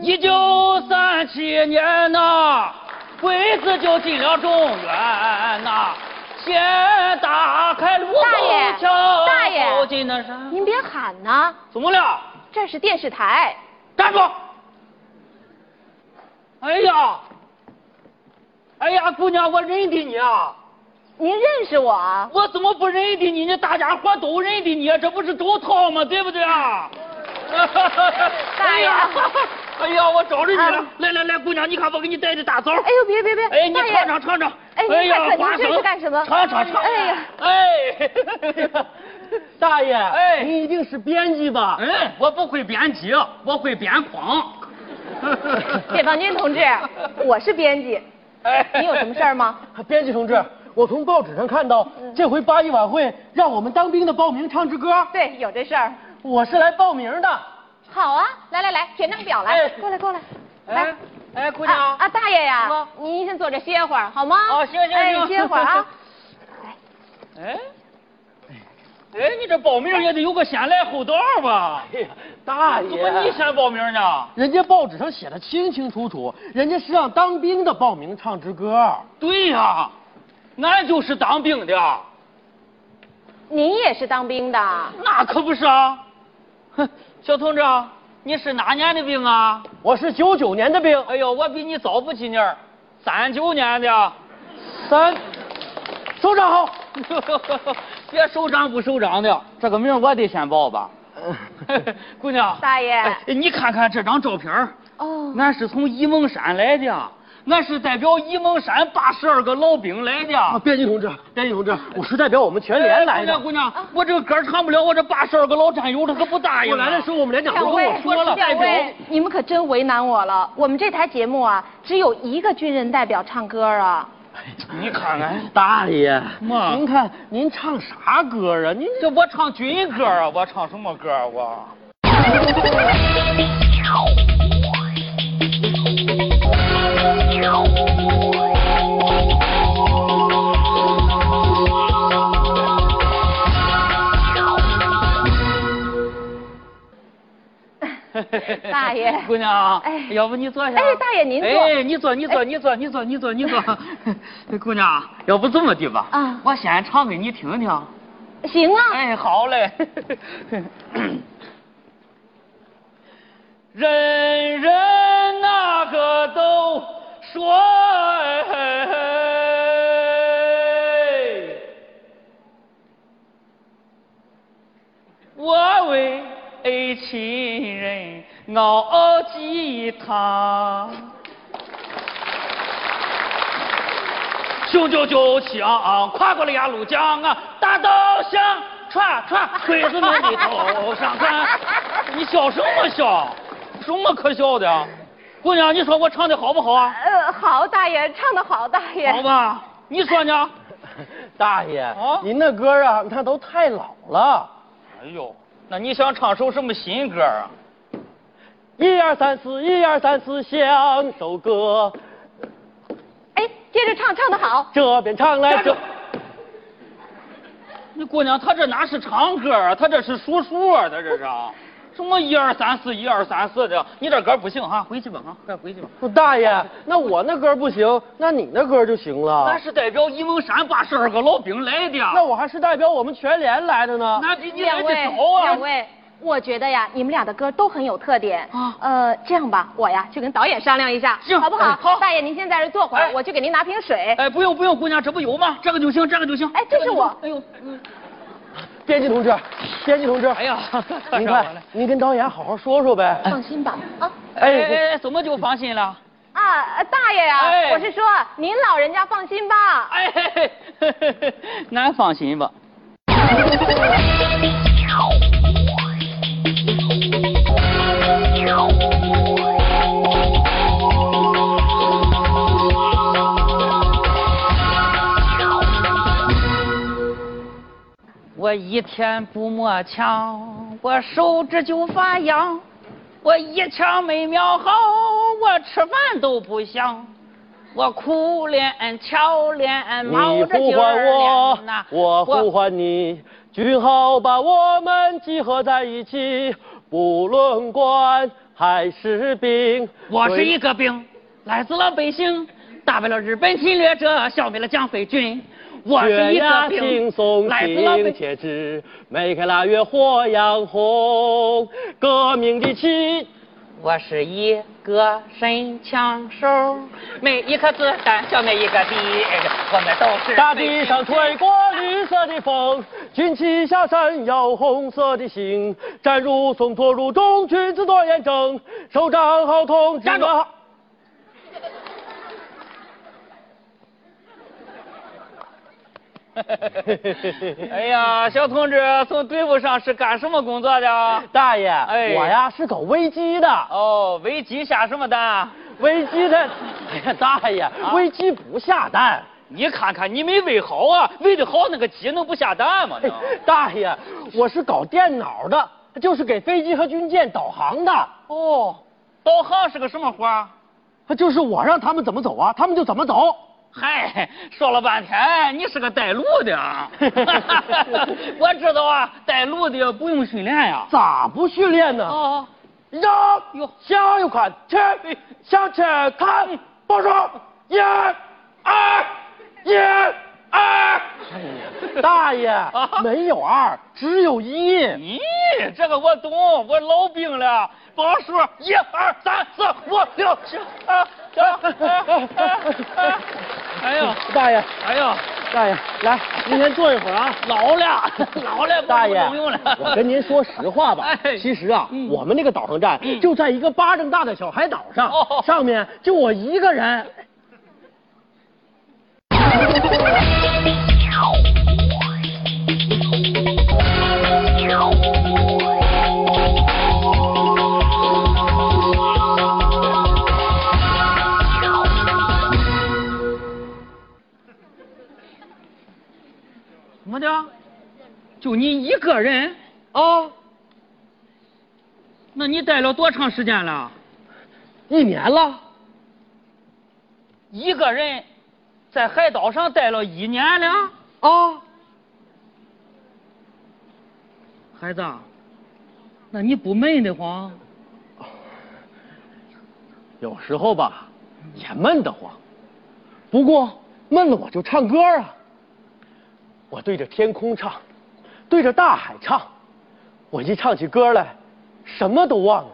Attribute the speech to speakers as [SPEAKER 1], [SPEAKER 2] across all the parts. [SPEAKER 1] 一九三七年呐、鬼子就进了中原呐、先打开卢沟
[SPEAKER 2] 大爷
[SPEAKER 1] 桥，
[SPEAKER 2] 大爷
[SPEAKER 1] 后进的山。
[SPEAKER 2] 您别喊呐，
[SPEAKER 1] 怎么了？
[SPEAKER 2] 这是电视台。
[SPEAKER 1] 站住！哎呀，哎呀，姑娘，我认得你啊！
[SPEAKER 2] 您认识我 啊？
[SPEAKER 1] 我怎么不认得你呢？大家伙都认得你，啊这不是周涛吗？对不对啊？
[SPEAKER 2] 大
[SPEAKER 1] 哎
[SPEAKER 2] 爷
[SPEAKER 1] 呀，哎呀，我找着你了
[SPEAKER 2] 啊！
[SPEAKER 1] 来来来，姑娘，你看我给你带的大枣。
[SPEAKER 2] 哎呦，别别别！
[SPEAKER 1] 哎，你
[SPEAKER 2] 大爷
[SPEAKER 1] 尝尝尝尝。
[SPEAKER 2] 哎，您看看，
[SPEAKER 1] 花
[SPEAKER 2] 您这是
[SPEAKER 1] 生
[SPEAKER 2] 干什么？
[SPEAKER 1] 尝尝尝。
[SPEAKER 2] 哎呀，
[SPEAKER 1] 哎，
[SPEAKER 3] 大爷，
[SPEAKER 1] 哎
[SPEAKER 3] 你一定是编辑吧？
[SPEAKER 1] 哎，我不会编辑，我会编 筐。
[SPEAKER 2] 解放军同志，我是编辑，
[SPEAKER 1] 哎
[SPEAKER 2] 你有什么事儿吗？
[SPEAKER 3] 啊编辑同志，我从报纸上看到，
[SPEAKER 1] 嗯
[SPEAKER 3] 这回八一晚会让我们当兵的报名唱支歌，
[SPEAKER 2] 对，有这事儿。
[SPEAKER 3] 我是来报名的。
[SPEAKER 2] 好啊，来来来，填张表来
[SPEAKER 3] 哎，
[SPEAKER 2] 过来过来，来
[SPEAKER 1] 哎。哎，姑
[SPEAKER 2] 啊
[SPEAKER 1] 娘，
[SPEAKER 2] 啊，大爷呀
[SPEAKER 1] 啊，
[SPEAKER 2] 您先坐这歇会儿好吗？
[SPEAKER 1] 哦行行
[SPEAKER 2] 哎
[SPEAKER 1] 行
[SPEAKER 2] 歇会儿啊。
[SPEAKER 1] 哎，哎，你这报名也得有个先来后到吧？
[SPEAKER 3] 哎呀，大
[SPEAKER 1] 怎么你
[SPEAKER 3] 爷，
[SPEAKER 1] 先报名呢？
[SPEAKER 3] 人家报纸上写的清清楚楚，人家是让当兵的报名唱支歌。
[SPEAKER 1] 对呀、俺就是当兵的，
[SPEAKER 2] 您也是当兵的？
[SPEAKER 1] 那可不是啊。哼，小同志啊，你是哪年的兵啊？
[SPEAKER 3] 我是九九年的兵，
[SPEAKER 1] 哎呦，我比你早不几年儿，三九年的。
[SPEAKER 3] 三，首长好。
[SPEAKER 1] 别首长不首长的，这个名儿我得先报吧。 姑娘，
[SPEAKER 2] 大爷
[SPEAKER 1] 哎你看看这张照片儿
[SPEAKER 2] 哦，
[SPEAKER 1] 俺是从沂蒙山来的，俺是代表沂蒙山八十二个老兵来的。
[SPEAKER 3] 啊，编辑同志，编辑同志，我是代表我们全
[SPEAKER 1] 哎
[SPEAKER 3] 连来的。啊
[SPEAKER 1] 姑娘，姑娘，我这个歌儿唱不了，我这八十二个老战友他可不答应啊。
[SPEAKER 3] 我来的时候，我们连长都
[SPEAKER 2] 两
[SPEAKER 3] 跟
[SPEAKER 2] 位
[SPEAKER 3] 我说
[SPEAKER 1] 哎
[SPEAKER 3] 了，哎
[SPEAKER 2] 两位，你们可真为难我了。我们这台节目啊，只有一个军人代表唱歌啊。
[SPEAKER 1] 你看看，
[SPEAKER 3] 大爷，
[SPEAKER 1] 妈
[SPEAKER 3] 您看您唱啥歌啊？您
[SPEAKER 1] 这我唱军歌啊，我唱什么歌啊我？
[SPEAKER 2] 大爷
[SPEAKER 1] 姑娘，
[SPEAKER 2] 哎
[SPEAKER 1] 要不你坐下？
[SPEAKER 2] 哎大爷您坐
[SPEAKER 1] 哎，你坐，你坐，你坐，你坐，你坐，你坐。 哎姑娘，要不这么的吧？
[SPEAKER 2] 啊
[SPEAKER 1] 我先唱给你听听。
[SPEAKER 2] 行啊，
[SPEAKER 1] 哎，好嘞。人人那个都说，哎我为亲人熬鸡汤。雄赳赳气昂昂，啊跨过了鸭绿江啊，大刀向歘歘挥在我的头上 看。你笑什么笑？什么可笑的？姑娘，你说我唱的好不好啊？
[SPEAKER 2] 呃，好，大爷唱的好，大爷。
[SPEAKER 1] 好吧，你说呢？
[SPEAKER 3] 大爷，
[SPEAKER 1] 啊
[SPEAKER 3] 您的歌啊，那都太老了。
[SPEAKER 1] 哎呦，那你想唱首什么新歌啊？
[SPEAKER 3] 一二三四，一二三四，像首歌，
[SPEAKER 2] 哎，接着唱，唱的好。
[SPEAKER 3] 这边唱来 这。
[SPEAKER 1] 你姑娘，她这哪是唱歌啊？她这是数数啊，她这是啊。什么一二三四一二三四的，你这歌不行哈、回去吧啊，快回去吧。
[SPEAKER 3] 大爷，那我那歌不行，那你那歌就行了
[SPEAKER 2] 啊
[SPEAKER 1] 俺。是代表沂蒙山八十二个老兵来的。啊
[SPEAKER 3] 那我还是代表我们全连来的呢。
[SPEAKER 1] 那你你来
[SPEAKER 2] 两
[SPEAKER 1] 得
[SPEAKER 2] 位，
[SPEAKER 1] 着啊？
[SPEAKER 2] 两位，我觉得呀，你们俩的歌都很有特点。
[SPEAKER 1] 啊
[SPEAKER 2] 呃，这样吧，我呀去跟导演商量一下，
[SPEAKER 1] 行
[SPEAKER 2] 好不好？
[SPEAKER 1] 哎好
[SPEAKER 2] 大爷，您先在这坐会儿，
[SPEAKER 1] 哎
[SPEAKER 2] 我去给您拿瓶水。
[SPEAKER 1] 哎，不用不用，姑娘，这不有吗？这个就行，这个就行。
[SPEAKER 2] 哎这是我
[SPEAKER 1] 个就行
[SPEAKER 3] 编辑同志，编辑同志，
[SPEAKER 1] 哎呦，哎呀，
[SPEAKER 3] 您
[SPEAKER 1] 我
[SPEAKER 3] 看
[SPEAKER 1] 来，
[SPEAKER 3] 您跟导演好好说说呗。
[SPEAKER 2] 放心吧，啊
[SPEAKER 1] 哎
[SPEAKER 3] 哎
[SPEAKER 1] 哎哎，怎么就放心了？
[SPEAKER 2] 啊，呃大爷呀，
[SPEAKER 1] 哎
[SPEAKER 2] 我是说您老人家放心吧。
[SPEAKER 1] 哎，嘿嘿嘿嘿俺放心吧。我一天不摸枪，我手指就发痒，我一枪没瞄好，我吃饭都不香，我苦脸、俏脸、
[SPEAKER 3] 你
[SPEAKER 1] 冒着
[SPEAKER 3] 呼
[SPEAKER 1] 劲儿
[SPEAKER 3] 唤我
[SPEAKER 1] 脸呐，
[SPEAKER 3] 我呼唤你，军号把我们集合在一起，不论官还是兵。
[SPEAKER 1] 我是一个兵，来自了北京，打败了日本侵略者，消灭了蒋匪军。我是
[SPEAKER 3] 悬
[SPEAKER 1] 一个
[SPEAKER 3] 崖
[SPEAKER 1] 兵
[SPEAKER 3] 轻，松
[SPEAKER 1] 来自了北
[SPEAKER 3] 情且知，梅开腊月火样红，革命的旗。
[SPEAKER 1] 我是一个神枪手，每一颗子弹消灭一个敌人，我们都是
[SPEAKER 3] 大地上吹过绿色的风，军旗下闪耀红色的星。站如松，坐如钟，君子多严正，手掌好痛，
[SPEAKER 1] 站住
[SPEAKER 3] 指纹好
[SPEAKER 1] 哎呀，小同志，从队伍上是干什么工作的？
[SPEAKER 3] 大爷，
[SPEAKER 1] 哎
[SPEAKER 3] 我呀是搞危机的，
[SPEAKER 1] 哦，围棋下什么蛋？
[SPEAKER 3] 啊危机的，哎呀，大爷，
[SPEAKER 1] 啊
[SPEAKER 3] 危机不下蛋。
[SPEAKER 1] 你看看，你没喂好啊！喂的好，那个鸡能不下蛋吗？
[SPEAKER 3] 嘿大爷，我是搞电脑的，就是给飞机和军舰导航的，
[SPEAKER 1] 哦，导航是个什么活儿？
[SPEAKER 3] 就是我让他们怎么走啊，他们就怎么走。
[SPEAKER 1] 嗨，说了半天，你是个带路的 啊！我知道啊，带路的不用训练呀、
[SPEAKER 3] 咋不训练呢？
[SPEAKER 1] 哦，
[SPEAKER 3] 让
[SPEAKER 1] 哟
[SPEAKER 3] 向右看齐，向前看，报数，一、二、一、二。
[SPEAKER 1] 哎
[SPEAKER 3] 大爷，
[SPEAKER 1] 啊
[SPEAKER 3] 没有二，只有一。
[SPEAKER 1] 咦，这个我懂，我老兵了。报数，一二三四五六七八九。 哎呦，
[SPEAKER 3] 大爷，
[SPEAKER 1] 哎呦，
[SPEAKER 3] 大爷，来，您先坐一会儿啊。
[SPEAKER 1] 老了， 老了，
[SPEAKER 3] 大爷
[SPEAKER 1] 不用了，。
[SPEAKER 3] 我跟您说实话吧
[SPEAKER 1] 哎，
[SPEAKER 3] 其实啊
[SPEAKER 1] 嗯，
[SPEAKER 3] 我们那个导航站就在一个巴掌大的小海岛上
[SPEAKER 1] 哦，
[SPEAKER 3] 上面就我一个人。
[SPEAKER 1] 怎么的？就你一个人？哦，那你待了多长时间了？
[SPEAKER 3] 一年了，
[SPEAKER 1] 一个人在海岛上待了一年了。哦，孩子，那你不闷得慌？
[SPEAKER 3] 有时候吧，也闷得慌。不过闷了我就唱歌啊，我对着天空唱，对着大海唱，我一唱起歌来，什么都忘了。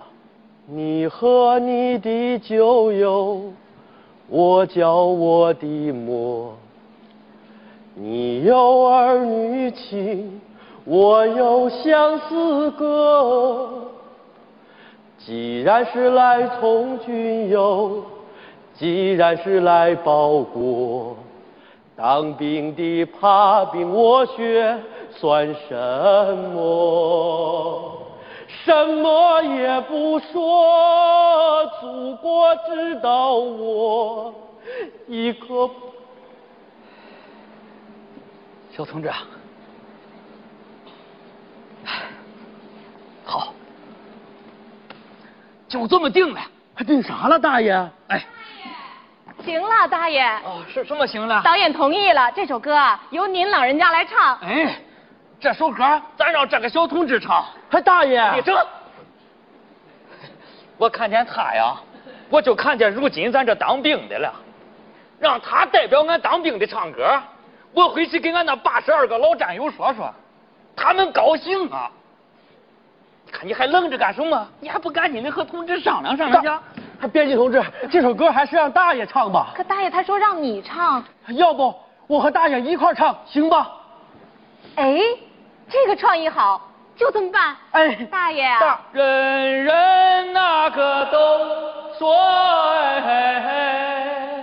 [SPEAKER 3] 你和你的酒友，我嚼我的馍。你有儿女情，我有相思歌。既然是来从军游，既然是来报国，当兵的怕兵我学算什么？什么也不说，祖国知道我一颗。
[SPEAKER 1] 小同志啊，好，就这么定了。
[SPEAKER 3] 还定啥了，大爷？
[SPEAKER 1] 哎，
[SPEAKER 2] 行了，大爷，
[SPEAKER 1] 哦，是这么行了。
[SPEAKER 2] 导演同意了，这首歌啊由您老人家来唱。
[SPEAKER 1] 哎，这首歌咱让这个小同志唱。
[SPEAKER 3] 还哎大爷？
[SPEAKER 1] 你这，我看见他呀，我就看见如今咱这当兵的了，让他代表俺当兵的唱歌，我回去给俺那八十二个老战友说说，他们高兴啊。你看你还愣着干什么？你还不赶紧的和同志商量商量
[SPEAKER 3] 大
[SPEAKER 1] 去？啊
[SPEAKER 3] 还哎编辑同志，这首歌还是让大爷唱吧。
[SPEAKER 2] 可大爷他说让你唱，
[SPEAKER 3] 要不我和大爷一块儿唱，行吧？
[SPEAKER 2] 哎，这个创意好，就这么办。
[SPEAKER 3] 哎
[SPEAKER 2] 大爷啊，
[SPEAKER 3] 大
[SPEAKER 1] 人人那个都说哎，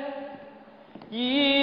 [SPEAKER 1] 一哎